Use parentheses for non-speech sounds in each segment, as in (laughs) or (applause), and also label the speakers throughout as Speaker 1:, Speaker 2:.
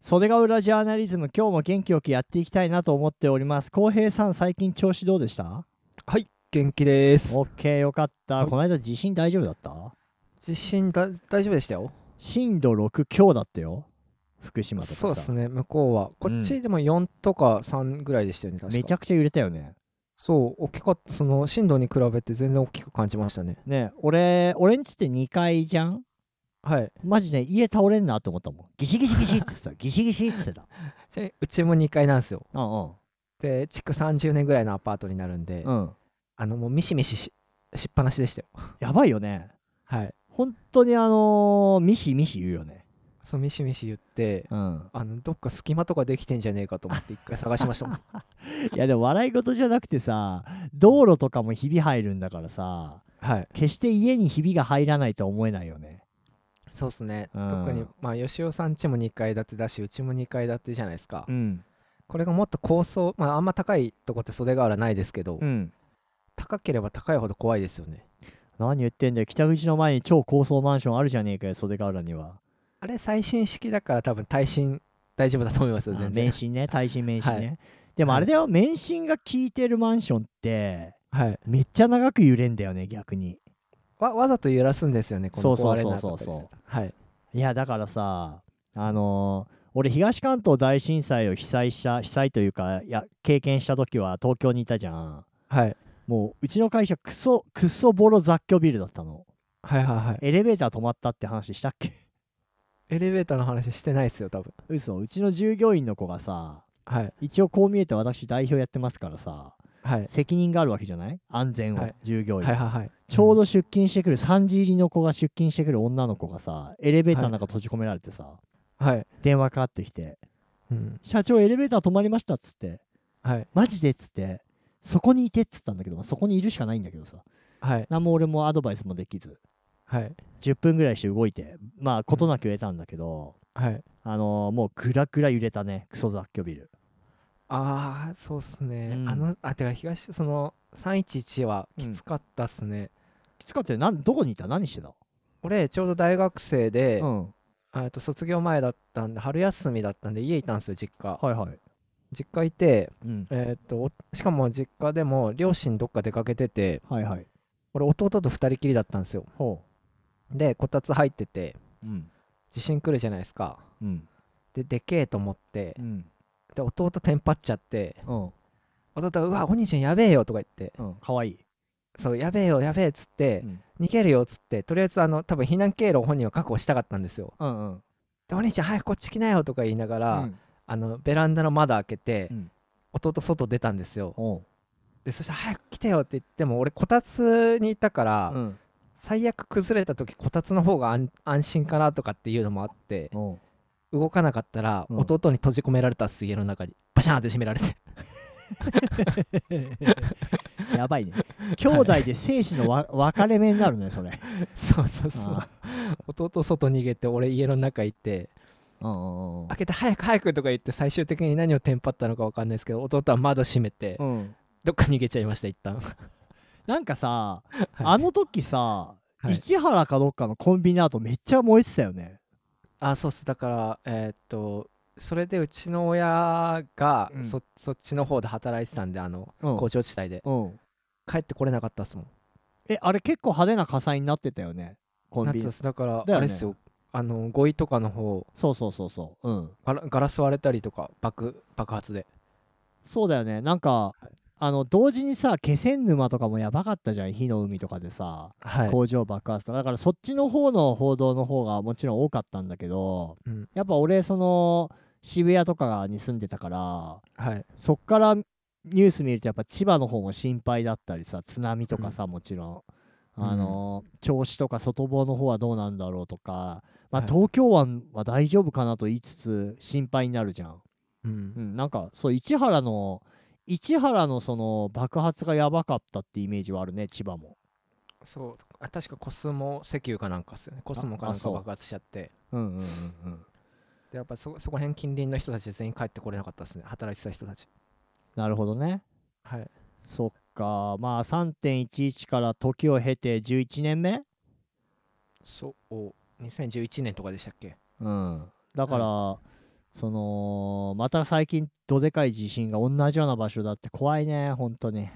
Speaker 1: 袖ヶ浦ジャーナリズム今日も元気よくやっていきたいなと思っております浩平さん最近調子どうでした
Speaker 2: 元気です
Speaker 1: オッケーよかった、
Speaker 2: はい
Speaker 1: この間地震大丈夫だった
Speaker 2: 地震だ大丈夫でしたよ
Speaker 1: 震度6強だったよ福島とかさ
Speaker 2: そうですね向こうはこっちでも4とか3ぐらいでしたよね、確か
Speaker 1: めちゃくちゃ揺れたよね
Speaker 2: そう大きかったその震度に比べて全然大きく感じましたね
Speaker 1: ねえ俺俺んちって2階じゃん
Speaker 2: はい
Speaker 1: マジね家倒れんなと思ったもんギシギシギシって言って
Speaker 2: (laughs)
Speaker 1: たギシギシって言ってた
Speaker 2: ちなみにうちも2階なんですよ
Speaker 1: うん
Speaker 2: で築30年ぐらいのアパートになるんで、
Speaker 1: うんうん
Speaker 2: あのもうミシミシししっぱなしでしたよ
Speaker 1: やばいよね
Speaker 2: はい
Speaker 1: 本当にあのーミシミシ言うよね
Speaker 2: そうミシミシ言って
Speaker 1: うん
Speaker 2: あのどっか隙間とかできてんじゃねえかと思って一回探しましたも
Speaker 1: い
Speaker 2: (laughs) ん
Speaker 1: やでも笑い事じゃなくてさ道路とかもひび入るんだからさ
Speaker 2: はい
Speaker 1: 決して家にひびが入らないとは思えないよね
Speaker 2: そうっすね、
Speaker 1: うん
Speaker 2: 特にまあ吉尾さん家も2階建てだしうちも2階建てじゃないですか、
Speaker 1: ん
Speaker 2: これがもっと高層、まあ、あんま高いとこって袖ヶ浦ないですけど、
Speaker 1: うん
Speaker 2: 高ければ高いほど怖いですよね
Speaker 1: 何言ってんだよ北口の前に超高層マンションあるじゃねえかよ袖ヶ浦には
Speaker 2: あれ最新式だから多分耐震大丈夫だと思いますよ
Speaker 1: あ
Speaker 2: 全
Speaker 1: 免
Speaker 2: 然
Speaker 1: 震ね耐震免震ね、
Speaker 2: は
Speaker 1: でもあれだよ免震が効いてるマンションって
Speaker 2: はい
Speaker 1: めっちゃ長く揺れんだよね逆に
Speaker 2: わわざと揺らすんですよねこ
Speaker 1: そ
Speaker 2: の
Speaker 1: うそう
Speaker 2: 壊れ
Speaker 1: そう
Speaker 2: なかったりする
Speaker 1: そうそう
Speaker 2: はい
Speaker 1: いやだからさあのー俺東関東大震災を被災した被災というかいや経験した時は東京にいたじゃん
Speaker 2: はい
Speaker 1: もううちの会社クソクソボロ雑居ビルだったの
Speaker 2: はいはいはい
Speaker 1: エレベーター止まったって話したっけ
Speaker 2: エレベーターの話してないですよ多分
Speaker 1: 嘘うちの従業員の子がさ
Speaker 2: はい
Speaker 1: 一応こう見えて私代表やってますからさ
Speaker 2: はい
Speaker 1: 責任があるわけじゃない安全を、
Speaker 2: はい
Speaker 1: 従業員、
Speaker 2: はいはいはい
Speaker 1: ちょう
Speaker 2: ど
Speaker 1: ど出勤してくる3時入りの子が出勤してくる女の子がさエレベーターの中閉じ込められてさ、
Speaker 2: はい
Speaker 1: 電話かかってきて
Speaker 2: う
Speaker 1: 「
Speaker 2: ん
Speaker 1: 社長エレベーター止まりました」っつって
Speaker 2: はい
Speaker 1: マジでっつって、そこにいてっつったんだけど、まあそこにいるしかないんだけどさ、
Speaker 2: はい
Speaker 1: 何も俺もアドバイスもできず、
Speaker 2: はい
Speaker 1: 10分ぐらいして動いて、まあ、ことなく得たんだけど、
Speaker 2: はい
Speaker 1: あのーもうぐらぐら揺れたね、クソ雑居ビル。
Speaker 2: ああそうっすね、
Speaker 1: うん
Speaker 2: あのあてか東その311はきつかったっすね、
Speaker 1: きつかったよ、なんどこにいた何してた
Speaker 2: 俺ちょうど大学生で、
Speaker 1: うん。
Speaker 2: あえっと卒業前だったんで春休みだったんで家いたんですよ実家
Speaker 1: はいはい。
Speaker 2: 実家いて、
Speaker 1: うん。
Speaker 2: えっとおしかも実家でも両親どっか出かけてて
Speaker 1: はいはい。
Speaker 2: 俺弟と2人きりだったんですよ
Speaker 1: ほ
Speaker 2: でこたつ入ってて
Speaker 1: う。うん。
Speaker 2: 地震来るじゃないですか
Speaker 1: うん。
Speaker 2: ででけえと思って
Speaker 1: うん。
Speaker 2: で弟テンパっちゃって
Speaker 1: うん。
Speaker 2: 弟が「うわお兄ちゃんやべえよ」とか言って
Speaker 1: うん。かわいい。
Speaker 2: 「そうやべえよやべえ」っつって
Speaker 1: うん。
Speaker 2: 「逃げるよ」っつってとりあえずあの多分避難経路を本人は確保したかったんですよ
Speaker 1: うんうん。
Speaker 2: で「お兄ちゃん早くこっち来なよ」とか言いなが
Speaker 1: う
Speaker 2: ら、
Speaker 1: ん
Speaker 2: あのベランダの窓開けて、
Speaker 1: うん
Speaker 2: 弟外出たんですよ
Speaker 1: おう
Speaker 2: でそしたら「早く来てよ」って言っても俺こたつにいたから、
Speaker 1: うん。
Speaker 2: 最悪崩れた時こたつの方が安安心かなとかっていうのもあって
Speaker 1: おう
Speaker 2: 動かなかったら、
Speaker 1: うん
Speaker 2: 弟に閉じ込められたっす家の中にバシャンって閉められて
Speaker 1: (laughs)
Speaker 2: (laughs)
Speaker 1: やばいね。兄弟で生死のわ分かれ目になるね、そ (laughs) れ。
Speaker 2: そうそうそう
Speaker 1: あ
Speaker 2: 弟外逃げて俺家の中行って
Speaker 1: ーうんうんうん
Speaker 2: 開けて「早く早く」とか言って最終的に何をテンパったのか分かんないですけど弟は窓閉めて、
Speaker 1: うん。うん。
Speaker 2: どっか逃げちゃいました一
Speaker 1: (laughs)
Speaker 2: 旦
Speaker 1: なんかさ、あの時さ、
Speaker 2: はい
Speaker 1: 市原かどっかのコンビニアートめっちゃ燃えてたよね。
Speaker 2: あそうっすだからえーっとそれでうちの親が
Speaker 1: うん
Speaker 2: そ,、そっちの方で働いてたんであの
Speaker 1: うん
Speaker 2: 工場地帯で
Speaker 1: うん、
Speaker 2: 帰ってこれなかったっすもん
Speaker 1: え、あれ結構派手な火災になってたよね。コンビ
Speaker 2: 夏
Speaker 1: ニ
Speaker 2: っ。すだから
Speaker 1: だよね
Speaker 2: あれっすよあの5位とかの方
Speaker 1: そうそうそうそう。うん。
Speaker 2: ガラガラス割れたりとか爆爆発で
Speaker 1: そうだよね。なんか、
Speaker 2: い
Speaker 1: あの、同時にさ、気仙沼とかもやばかったじゃん。火の海とかでさ、
Speaker 2: はい
Speaker 1: 工場爆発とか。だからそっちの方の報道の方がもちろん多かったんだけど、
Speaker 2: うん
Speaker 1: やっぱ俺、その、渋谷とかに住んでたから、
Speaker 2: はい
Speaker 1: そっからニュース見るとやっぱ千葉の方も心配だったりさ津波とかさ、もちろん。
Speaker 2: うん
Speaker 1: あのー銚子とか外房の方はどうなんだろうとか、まあ、
Speaker 2: はい
Speaker 1: 東京湾は大丈夫かなと言いつつ心配になるじゃん、
Speaker 2: う
Speaker 1: うんん、なんかそう市原の市原のその爆発がやばかったってイメージはあるね千葉も、
Speaker 2: そうあ確かコスモ石油かなんかっすよねコスモか
Speaker 1: あ
Speaker 2: なんか
Speaker 1: そう
Speaker 2: 爆発しちゃって
Speaker 1: うんうんうんうん、
Speaker 2: でやっぱそそこら辺近隣の人たち全員帰ってこれなかったっすね働いてた人たち
Speaker 1: なるほどね
Speaker 2: はい
Speaker 1: そっかまあ3.11から時を経て11年目
Speaker 2: そう2011年とかでしたっけ
Speaker 1: うん、だから、そのまた最近どでかい地震が同じような場所だって怖いね本当に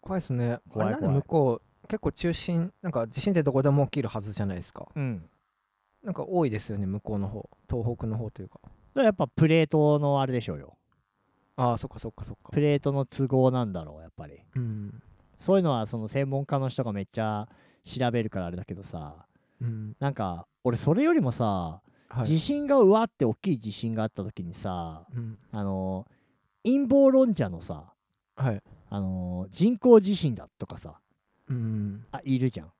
Speaker 2: 怖いですね
Speaker 1: 怖い
Speaker 2: あれなんで
Speaker 1: 怖い
Speaker 2: 向こう結構中心なんか地震ってどこでも起きるはずじゃないですか
Speaker 1: うん
Speaker 2: なんか多いですよね向こうの方東北の方というか
Speaker 1: だからやっぱプレートのあれでしょうよ
Speaker 2: ああそっかそっかそっか
Speaker 1: プレートの都合なんだろうやっぱり
Speaker 2: うん
Speaker 1: そういうのはその専門家の人がめっちゃ調べるからあれだけどさ
Speaker 2: うん
Speaker 1: なんか俺それよりもさ、
Speaker 2: はい
Speaker 1: 地震がうわって大きい地震があった時にさ
Speaker 2: うん
Speaker 1: あの陰謀論者のさ
Speaker 2: はい
Speaker 1: あの人工地震だとかさ
Speaker 2: うん
Speaker 1: あいるじゃん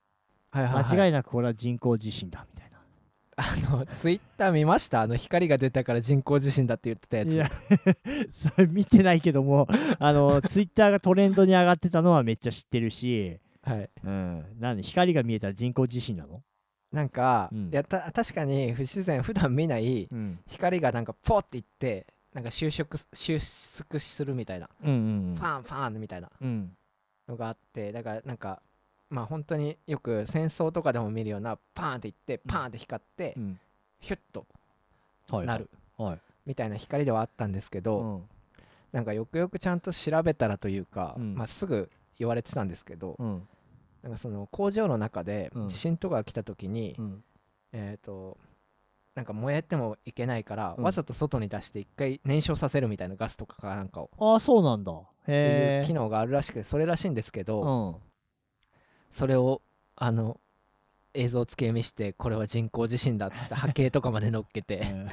Speaker 2: はいはい、はい、
Speaker 1: 間違
Speaker 2: い
Speaker 1: いなくこれは人工地震だみたいな
Speaker 2: あの (laughs) ツイッター見ましたあの光が出たから人工地震だって言ってたやつ
Speaker 1: いや (laughs) それ見てないけどもあのツイッターがトレンドに上がってたのはめっちゃ知ってるし、
Speaker 2: はい
Speaker 1: うん、なんで光が見えたら人工地震なの、
Speaker 2: なんか、
Speaker 1: うん
Speaker 2: いやた確かに不自然普段見ない
Speaker 1: うん、
Speaker 2: 光がなんかポッていってなんか収縮す収縮するみたいな、
Speaker 1: うんうん
Speaker 2: ファンファンみたいな
Speaker 1: うんうん
Speaker 2: のがあってだからなんかまあ本当によく戦争とかでも見るようなパーンっていってパーンって光って、
Speaker 1: うん
Speaker 2: ヒュッと
Speaker 1: はい
Speaker 2: なる
Speaker 1: はい
Speaker 2: みたいな光ではあったんですけど、
Speaker 1: うん
Speaker 2: なんかよくよくちゃんと調べたらというか、
Speaker 1: うん
Speaker 2: まあ、すぐ言われてたんですけど、
Speaker 1: うん
Speaker 2: なんかその工場の中で
Speaker 1: うん
Speaker 2: 地震とかが来た時に、
Speaker 1: うん
Speaker 2: えっ、となんか燃えてもいけないから、
Speaker 1: うん
Speaker 2: わざと外に出して一回燃焼させるみたいなガスとかかなんかを
Speaker 1: ああそうなんだ
Speaker 2: って
Speaker 1: へ
Speaker 2: いう
Speaker 1: え
Speaker 2: 機能があるらしくてそれらしいんですけど、
Speaker 1: うん
Speaker 2: それをあの映像付け見してこれは人工地震だっ
Speaker 1: (laughs)
Speaker 2: つって波形とかまで乗っけ
Speaker 1: う (laughs)
Speaker 2: て、
Speaker 1: ん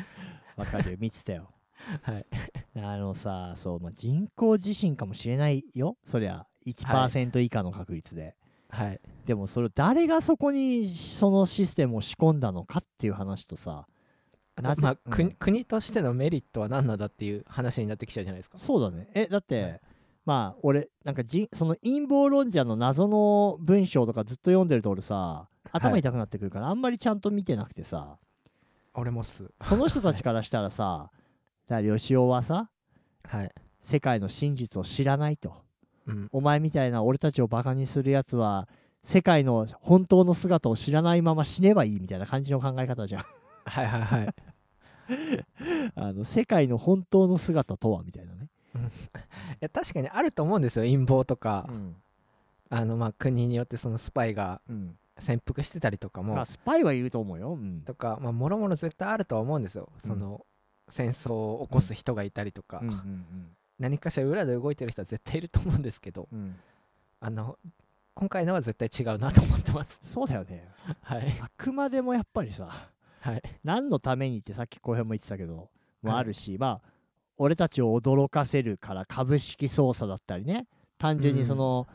Speaker 1: わかるよ見てたよ
Speaker 2: はい、
Speaker 1: あのさそう、まあ、人工地震かもしれないよそりゃ1%以下の確率で、
Speaker 2: はい、
Speaker 1: でもそれ誰がそこにそのシステムを仕込んだのかっていう話とさ
Speaker 2: あ
Speaker 1: なぜ
Speaker 2: とまあ、
Speaker 1: うん
Speaker 2: 国国としてのメリットは何なんだっていう話になってきちゃうじゃないですか
Speaker 1: そうだねえだって、
Speaker 2: はい
Speaker 1: まあ俺なんかじその陰謀論者の謎の文章とかずっと読んでると俺さ頭痛くなってくるからあんまりちゃんと見てなくてさ
Speaker 2: 俺もっす
Speaker 1: その人たちからした
Speaker 2: (laughs)
Speaker 1: らさだから吉尾はさ
Speaker 2: はい、
Speaker 1: 世界の真実を知らないと
Speaker 2: うん、
Speaker 1: お前みたいな俺たちをバカにするやつは世界の本当の姿を知らないまま死ねばいいみたいな感じの考え方じ (laughs) ゃん
Speaker 2: はいはいはい
Speaker 1: あの世界の本当の姿とはみたいなね、
Speaker 2: いや確かにあると思うんですよ陰謀とか、
Speaker 1: ん
Speaker 2: あのまあ国によってそのスパイが
Speaker 1: うん、
Speaker 2: 潜伏してたりとかも、
Speaker 1: まあ、スパイはいると思うよ。うん
Speaker 2: とかまあもろもろ絶対あるとは思うんですよ
Speaker 1: うん
Speaker 2: その、戦争を起こす人がいたりとか、
Speaker 1: うんうん
Speaker 2: 何かしら裏で動いてる人は絶対いると思うんですけど
Speaker 1: うんうん
Speaker 2: あの今回のは絶対違うなと思ってます。 (laughs)
Speaker 1: そうだよね。
Speaker 2: はい、
Speaker 1: あくまでもやっぱりさ、
Speaker 2: はい、
Speaker 1: 何のためにってさっき後編も言ってたけど、も
Speaker 2: はい
Speaker 1: あるし、まあ、俺たちを驚かせるから株式操作だったりね、単純にその、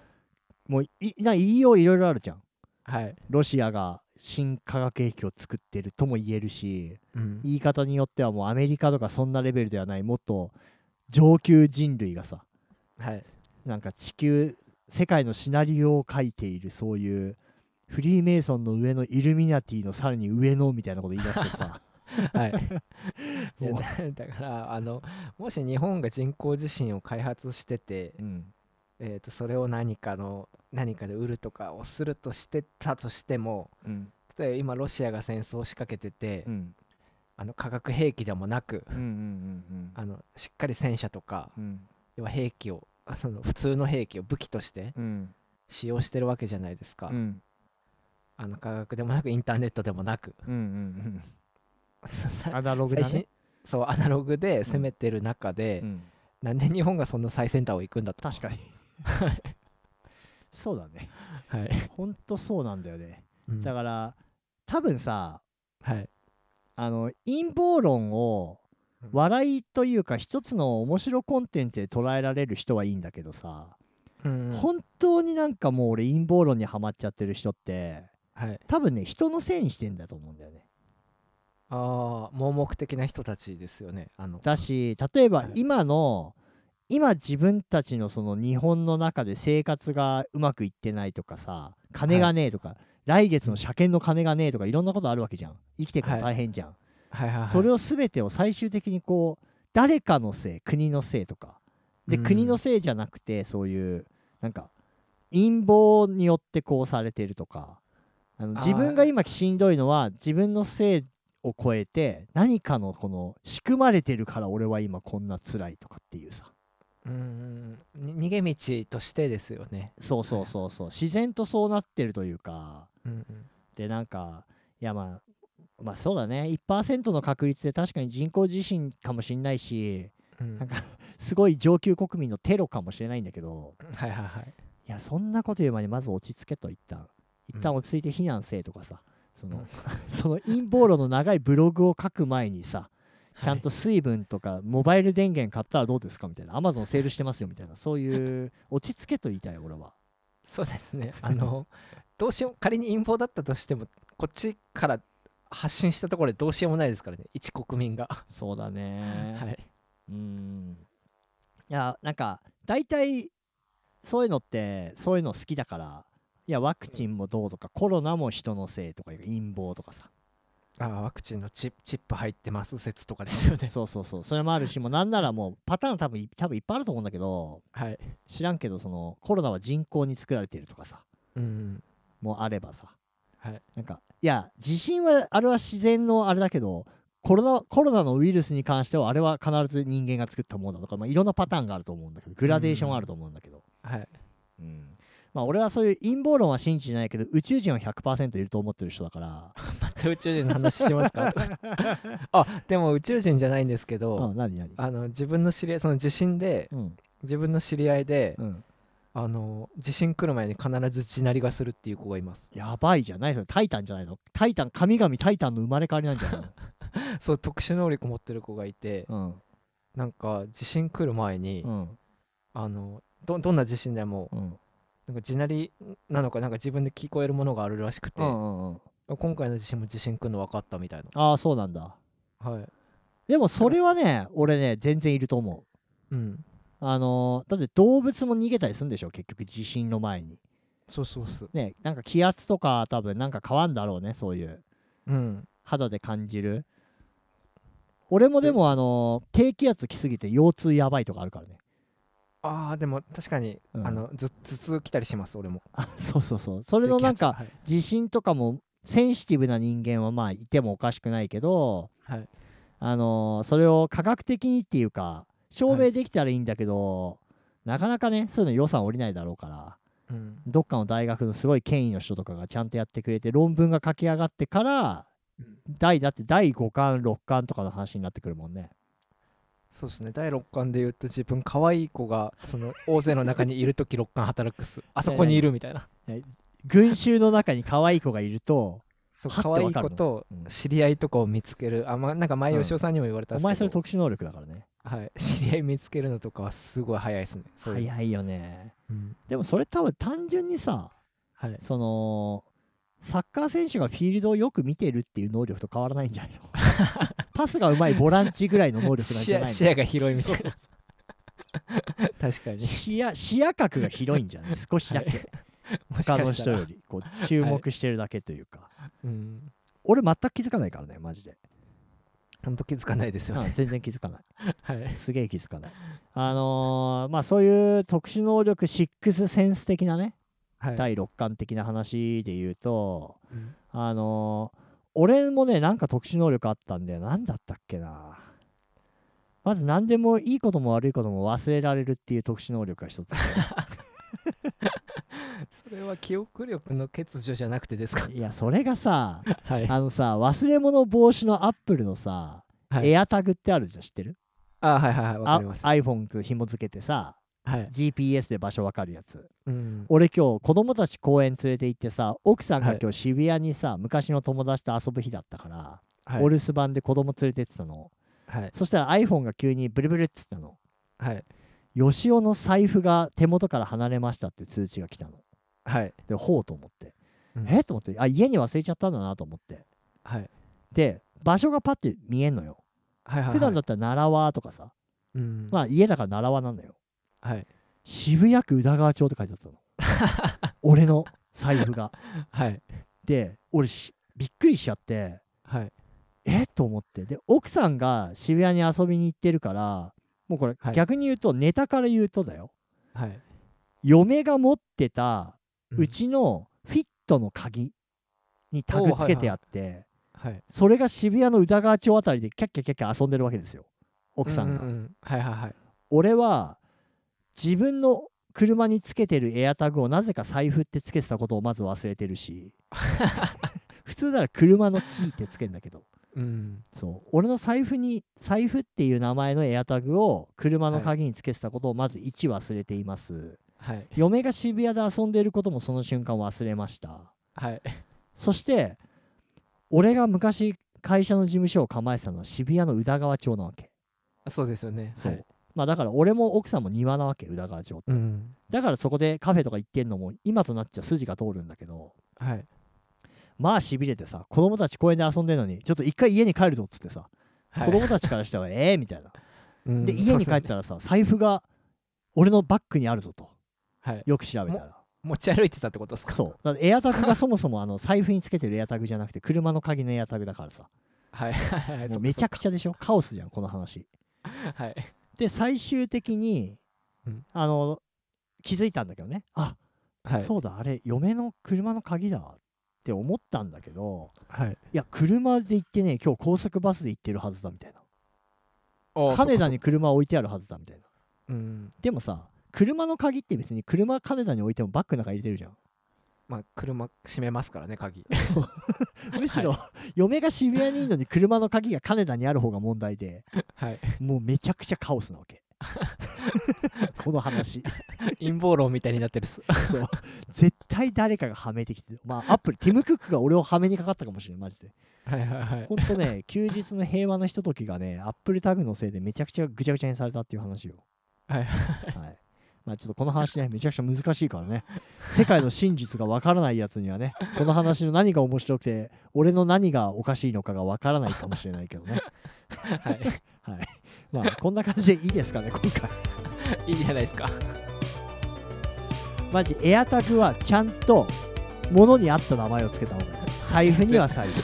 Speaker 1: もういな言いよういろいろあるじゃん。
Speaker 2: はい、
Speaker 1: ロシアが新化学兵器を作ってるとも言えるし、
Speaker 2: うん、
Speaker 1: 言い方によってはもうアメリカとかそんなレベルではない、もっと上級人類がさ、 (laughs)
Speaker 2: はい、
Speaker 1: なんか地球世界のシナリオを書いているそういうフリーメイソンの上のイルミナティのさらに上のみたいなこと言い出してさ
Speaker 2: はい。いや
Speaker 1: も
Speaker 2: だだからあのもし日本が人工地震を開発してて
Speaker 1: う、、うん
Speaker 2: えー、とそれを何かの何かで売るとかをするとしてたとしても
Speaker 1: うん
Speaker 2: 例えば今ロシアが戦争を仕掛けてて、
Speaker 1: うん
Speaker 2: あの化学兵器でもなく
Speaker 1: うんうん
Speaker 2: あのしっかり戦車とか
Speaker 1: うん
Speaker 2: 要は兵器をあその普通の兵器を武器として
Speaker 1: うん
Speaker 2: 使用してるわけじゃないですか、
Speaker 1: うん
Speaker 2: あの科学でもなくインターネットでもなく
Speaker 1: うんうん
Speaker 2: さ
Speaker 1: アナログ
Speaker 2: 最
Speaker 1: だ
Speaker 2: 新
Speaker 1: ね、
Speaker 2: そうアナログで攻めてる中で、
Speaker 1: うん、
Speaker 2: なんで日本がそんな最先端を行くんだと、
Speaker 1: 確かにそうだね
Speaker 2: はい
Speaker 1: ほんとそうなんだよね
Speaker 2: うん
Speaker 1: だから多分さ
Speaker 2: はい
Speaker 1: あの陰謀論を
Speaker 2: うん
Speaker 1: 笑いというか一つの面白コンテンツで捉えられる人はいいんだけどさ、
Speaker 2: うんうん
Speaker 1: 本当になんかもう俺陰謀論にはまっちゃってる人って
Speaker 2: はい、
Speaker 1: 多分ね人のせいにしてんだと思うんだよね
Speaker 2: ああ盲目的な人たちですよねあの
Speaker 1: だし例えば今の今自分たちのその日本の中で生活がうまくいってないとかさ金がねえとか、来月の車検の金がねえとかいろんなことあるわけじゃん生きていくの大変じゃん、
Speaker 2: はいはいはい
Speaker 1: それを全てを最終的にこう誰かのせい国のせいとかで、
Speaker 2: うん
Speaker 1: 国のせいじゃなくてそういうなんか陰謀によってこうされてるとかあの
Speaker 2: あー
Speaker 1: 自分が今しんどいのは自分のせいを超えて何かのこの仕組まれてるから俺は今こんな辛いとかっていうさ
Speaker 2: うんに逃げ道としてですよね。
Speaker 1: そうそうそうそう自然とそうなってるというか
Speaker 2: うん
Speaker 1: でなんかいやまあまあそうだね1%の確率で確かに人工地震かもしんないし
Speaker 2: うんうん
Speaker 1: なんかすごい上級国民のテロかもしれないんだけど
Speaker 2: はいはいはい。
Speaker 1: いやそんなこと言う前にまず落ち着けと一旦一旦落ち着いて避難せえとかさ、その (laughs) その陰謀論の長いブログを書く前にさちゃんと水分とかモバイル電源買ったらどうですかみたいなアマゾンセールしてますよみたいなそういう
Speaker 2: (laughs)
Speaker 1: 落ち着けと言いたい俺は
Speaker 2: そうですね。あの、 (laughs) どうしよう、仮に陰謀だったとしても、こっちから発信したところでどうしようもないですからね、一国民が。
Speaker 1: そうだね
Speaker 2: はい。
Speaker 1: うんいやなんか大体そういうのってそういうの好きだからいやワクチンもどうとかコロナも人のせいとか陰謀とかさ
Speaker 2: あーワクチンのチップチップ入ってます説とかで
Speaker 1: (laughs)
Speaker 2: すよね。
Speaker 1: そうそうそうそれもあるしもうなんならもうパターン多分い多分いっぱいあると思うんだけど
Speaker 2: はい。
Speaker 1: 知らんけどそのコロナは人工に作られてるとかさ
Speaker 2: うん。
Speaker 1: もうあればさ
Speaker 2: はい。
Speaker 1: なんかいや地震はあれは自然のあれだけどコロナコロナのウイルスに関してはあれは必ず人間が作ったものだとか、まあ、いろんなパターンがあると思うんだけどグラデーションはあると思うんだけど、
Speaker 2: はい。
Speaker 1: うんまあ俺はそういう陰謀論は信じてないけど宇宙人は100%いると思ってる人だから、
Speaker 2: また宇宙人の話しますか (laughs) あでも宇宙人じゃないんですけど、
Speaker 1: うん、何何
Speaker 2: あの自分の知り合いその地震で
Speaker 1: うん
Speaker 2: 自分の知り合いで、
Speaker 1: うん、
Speaker 2: あの地震来る前に必ず地鳴りがするっていう子がいます
Speaker 1: やばいじゃないそれタイタンじゃないのタイタン神々タイタンの生まれ変わりなんじゃないの
Speaker 2: そう特殊能力持ってる子がいて、
Speaker 1: (laughs) うん
Speaker 2: なんか地震来る前に、
Speaker 1: うん
Speaker 2: あのどどんな地震でも
Speaker 1: うん
Speaker 2: なんか地鳴りなのかなんか自分で聞こえるものがあるらしくて、
Speaker 1: うんうん
Speaker 2: 今回の地震も地震来るの分かったみたい
Speaker 1: ああそうなんだ
Speaker 2: なはい
Speaker 1: でもそれはね俺ね全然いると思う
Speaker 2: うん
Speaker 1: あのーだって動物も逃げたりするんでしょ結局地震の前に
Speaker 2: そうそうっす
Speaker 1: ねなんか気圧とか多分なんか変わんだろうねそういう
Speaker 2: うん
Speaker 1: 肌で感じる俺もでもあのー低気圧来すぎて腰痛やばいとかあるからね (laughs)
Speaker 2: あーでも確かに、
Speaker 1: うん
Speaker 2: あのず頭痛来たりします俺も
Speaker 1: あそうそうそうそれのなんか
Speaker 2: はい
Speaker 1: 地震とかもセンシティブな人間はまあいてもおかしくないけど
Speaker 2: はい
Speaker 1: あのーそれを科学的にっていうか証明できたらいいんだけど、なかなかねそういうの予算下りないだろうから
Speaker 2: うん
Speaker 1: どっかの大学のすごい権威の人とかがちゃんとやってくれて論文が書き上がってから
Speaker 2: うん
Speaker 1: 第だって第5巻6巻とかの話になってくるもんね
Speaker 2: そうですね第6巻で言うと自分可愛い子がその大勢の中にいる時6巻働くっすあそこにいるみたいな
Speaker 1: 群衆の中に可愛い子がいると
Speaker 2: (laughs) そう
Speaker 1: はって
Speaker 2: 可愛
Speaker 1: わ
Speaker 2: い
Speaker 1: かるの
Speaker 2: 子と
Speaker 1: うん
Speaker 2: 知り合いとかを見つけるあ、ま、なんか前吉尾さんにも言われたん
Speaker 1: お
Speaker 2: ですけど、
Speaker 1: 前それ特殊能力だからね
Speaker 2: はい、知り合い見つけるのとかはすごい早いですねそういう、
Speaker 1: 早いよね
Speaker 2: うん
Speaker 1: でもそれ多分単純にさ
Speaker 2: はい、
Speaker 1: そのサッカー選手がフィールドをよく見てるっていう能力と変わらないんじ
Speaker 2: (laughs)
Speaker 1: ゃないのパスがうまいボランチぐらいの能力なん
Speaker 2: 視
Speaker 1: じゃ
Speaker 2: 野
Speaker 1: ない
Speaker 2: 視
Speaker 1: の
Speaker 2: 野が広いみたいな確かに
Speaker 1: 視野視野角が広いんじゃ
Speaker 2: (laughs)
Speaker 1: ない少しだけ、
Speaker 2: はいもし
Speaker 1: 他
Speaker 2: か
Speaker 1: の
Speaker 2: した
Speaker 1: 人
Speaker 2: ら
Speaker 1: よりこう注目してるだけというか、
Speaker 2: うん
Speaker 1: 俺全く気づかないからねマジで、
Speaker 2: 本当気づかないですよ
Speaker 1: うん
Speaker 2: ね、
Speaker 1: 全然気づかない
Speaker 2: (laughs) はい
Speaker 1: すげえ気づかないあのーまあそういう特殊能力6センス的なね、
Speaker 2: はい、
Speaker 1: 第六感的な話で言うと
Speaker 2: うん
Speaker 1: あのー俺もねなんか特殊能力あったんだよ何だったっけなまず何でもいいことも悪いことも忘れられるっていう特殊能力が一つ
Speaker 2: それは記憶力の欠如じゃなくてですか
Speaker 1: いやそれがさ
Speaker 2: はい
Speaker 1: あのさ忘れ物防止のアップルのさ、
Speaker 2: はい
Speaker 1: エアタグってあるじゃん知ってる
Speaker 2: あはいはいはいわかります
Speaker 1: あ iPhone と紐付けてさ
Speaker 2: はい、
Speaker 1: GPS で場所わかるやつ
Speaker 2: うん、
Speaker 1: 俺今日子供たち公園連れて行ってさ奥さんが
Speaker 2: はい
Speaker 1: 今日渋谷にさ、昔の友達と遊ぶ日だったから、
Speaker 2: はい
Speaker 1: お留守番で子供連れてってたの
Speaker 2: はい
Speaker 1: そしたら iPhone が急にブルブルっつったの
Speaker 2: はい
Speaker 1: 「よしおの財布が手元から離れました」って通知が来たの
Speaker 2: はい
Speaker 1: でほうと思って、
Speaker 2: うん
Speaker 1: えっと思ってあ家に忘れちゃったんだなと思って
Speaker 2: はい
Speaker 1: で場所がパッて見えんのよ
Speaker 2: はいはい
Speaker 1: 普段だ
Speaker 2: は
Speaker 1: ったら奈良和とかさ、
Speaker 2: いうん
Speaker 1: まあ家だから奈良和なんだよ
Speaker 2: はい
Speaker 1: 渋谷区宇田川町って書いてあったの俺の (laughs) 財布が
Speaker 2: はい
Speaker 1: で俺しびっくりしちゃって
Speaker 2: はい
Speaker 1: えと思ってで奥さんが渋谷に遊びに行ってるからもうこれ
Speaker 2: はい
Speaker 1: 逆に言うと、ネタから言うとだよ
Speaker 2: はい
Speaker 1: 嫁が持ってた
Speaker 2: うん
Speaker 1: うちのフィットの鍵にタグつけてあって、
Speaker 2: はい、
Speaker 1: それが渋谷の宇田川町あたりでキャッキャキャッキャ遊んでるわけですよ奥さんが、
Speaker 2: うううんはいはいはい
Speaker 1: 俺は自分の車につけてるエアタグをなぜか財布ってつけてたことをまず忘れてるし (laughs) 普通なら車のキーってつけんだけど
Speaker 2: うん
Speaker 1: そう俺の財布に財布っていう名前のエアタグを車の鍵につけてたことをまず1忘れています、
Speaker 2: はい
Speaker 1: 嫁が渋谷で遊んでいることもその瞬間忘れました
Speaker 2: はい (laughs)
Speaker 1: そして俺が昔会社の事務所を構えてたのは渋谷の宇田川町なわけ
Speaker 2: そうですよね
Speaker 1: そう、
Speaker 2: はい
Speaker 1: まあだから俺も奥さんも庭なわけ宇田川町って、
Speaker 2: うん
Speaker 1: だからそこでカフェとか行ってんのも今となっちゃ筋が通るんだけど
Speaker 2: はい
Speaker 1: まあしびれてさ子供たち公園で遊んでるのにちょっと一回家に帰るぞっつってさ、
Speaker 2: はい
Speaker 1: 子供たちからしたら (laughs) ええみたいな
Speaker 2: うん
Speaker 1: で家に帰っ
Speaker 2: そう
Speaker 1: たらさ財布が俺のバッグにあるぞと
Speaker 2: そうはい
Speaker 1: よく調べたら
Speaker 2: 持ち歩いてたってことですか
Speaker 1: そうだからエアタグがそもそもあの財布につけてるエアタグじゃなくて車の鍵のエアタグだからさ
Speaker 2: はいはいはい
Speaker 1: もうめちゃくちゃでしょカオスじゃんこの話
Speaker 2: ゃはい
Speaker 1: で最終的に、
Speaker 2: うん
Speaker 1: あの気づいたんだけどねあ、
Speaker 2: はい
Speaker 1: そうだあれ嫁の車の鍵だって思ったんだけど
Speaker 2: はい
Speaker 1: いや車で行ってね今日高速バスで行ってるはずだみたい
Speaker 2: お
Speaker 1: な
Speaker 2: ーそっかそっ
Speaker 1: 金
Speaker 2: か
Speaker 1: 田に車置いてあるはずだみたいな
Speaker 2: うん
Speaker 1: でもさ車の鍵って別に車金田に置いてもバッグの中入れてるじゃん
Speaker 2: まあ車閉めますからね鍵
Speaker 1: むしろ、嫁が渋谷にいるのに車の鍵が金田にある方が問題で
Speaker 2: (laughs) はい
Speaker 1: もうめちゃくちゃカオスなわけこの話
Speaker 2: (laughs) 陰謀論みたいになってるっす
Speaker 1: そう絶対誰かがはめてきてまあアップルティム・クックが俺をはめにかかったかもしれないマジで
Speaker 2: はいはいはい
Speaker 1: ほんとね (laughs) 休日の平和のひとときがねアップルタグのせいでめちゃくちゃぐちゃぐちゃにされたっていう話を
Speaker 2: はい
Speaker 1: はいまあちょっとこの話ねめちゃくちゃ難しいからね (laughs) 世界の真実がわからないやつにはねこの話の何が面白くて俺の何がおかしいのかがわからないかもしれないけどね
Speaker 2: (laughs) はい
Speaker 1: (laughs) はいまあこんな感じでいいですかね今回
Speaker 2: いいじゃないですか
Speaker 1: マジエアタグはちゃんと物に合った名前をつけた方がいい財布には財布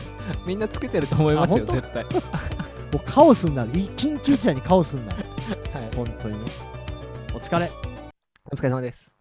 Speaker 2: みんなつけてると思いますよ
Speaker 1: あ本当
Speaker 2: 絶対
Speaker 1: もうカオスになるい緊急事態にカオスになる
Speaker 2: はい
Speaker 1: 本当にねお疲れ
Speaker 2: お疲れ様です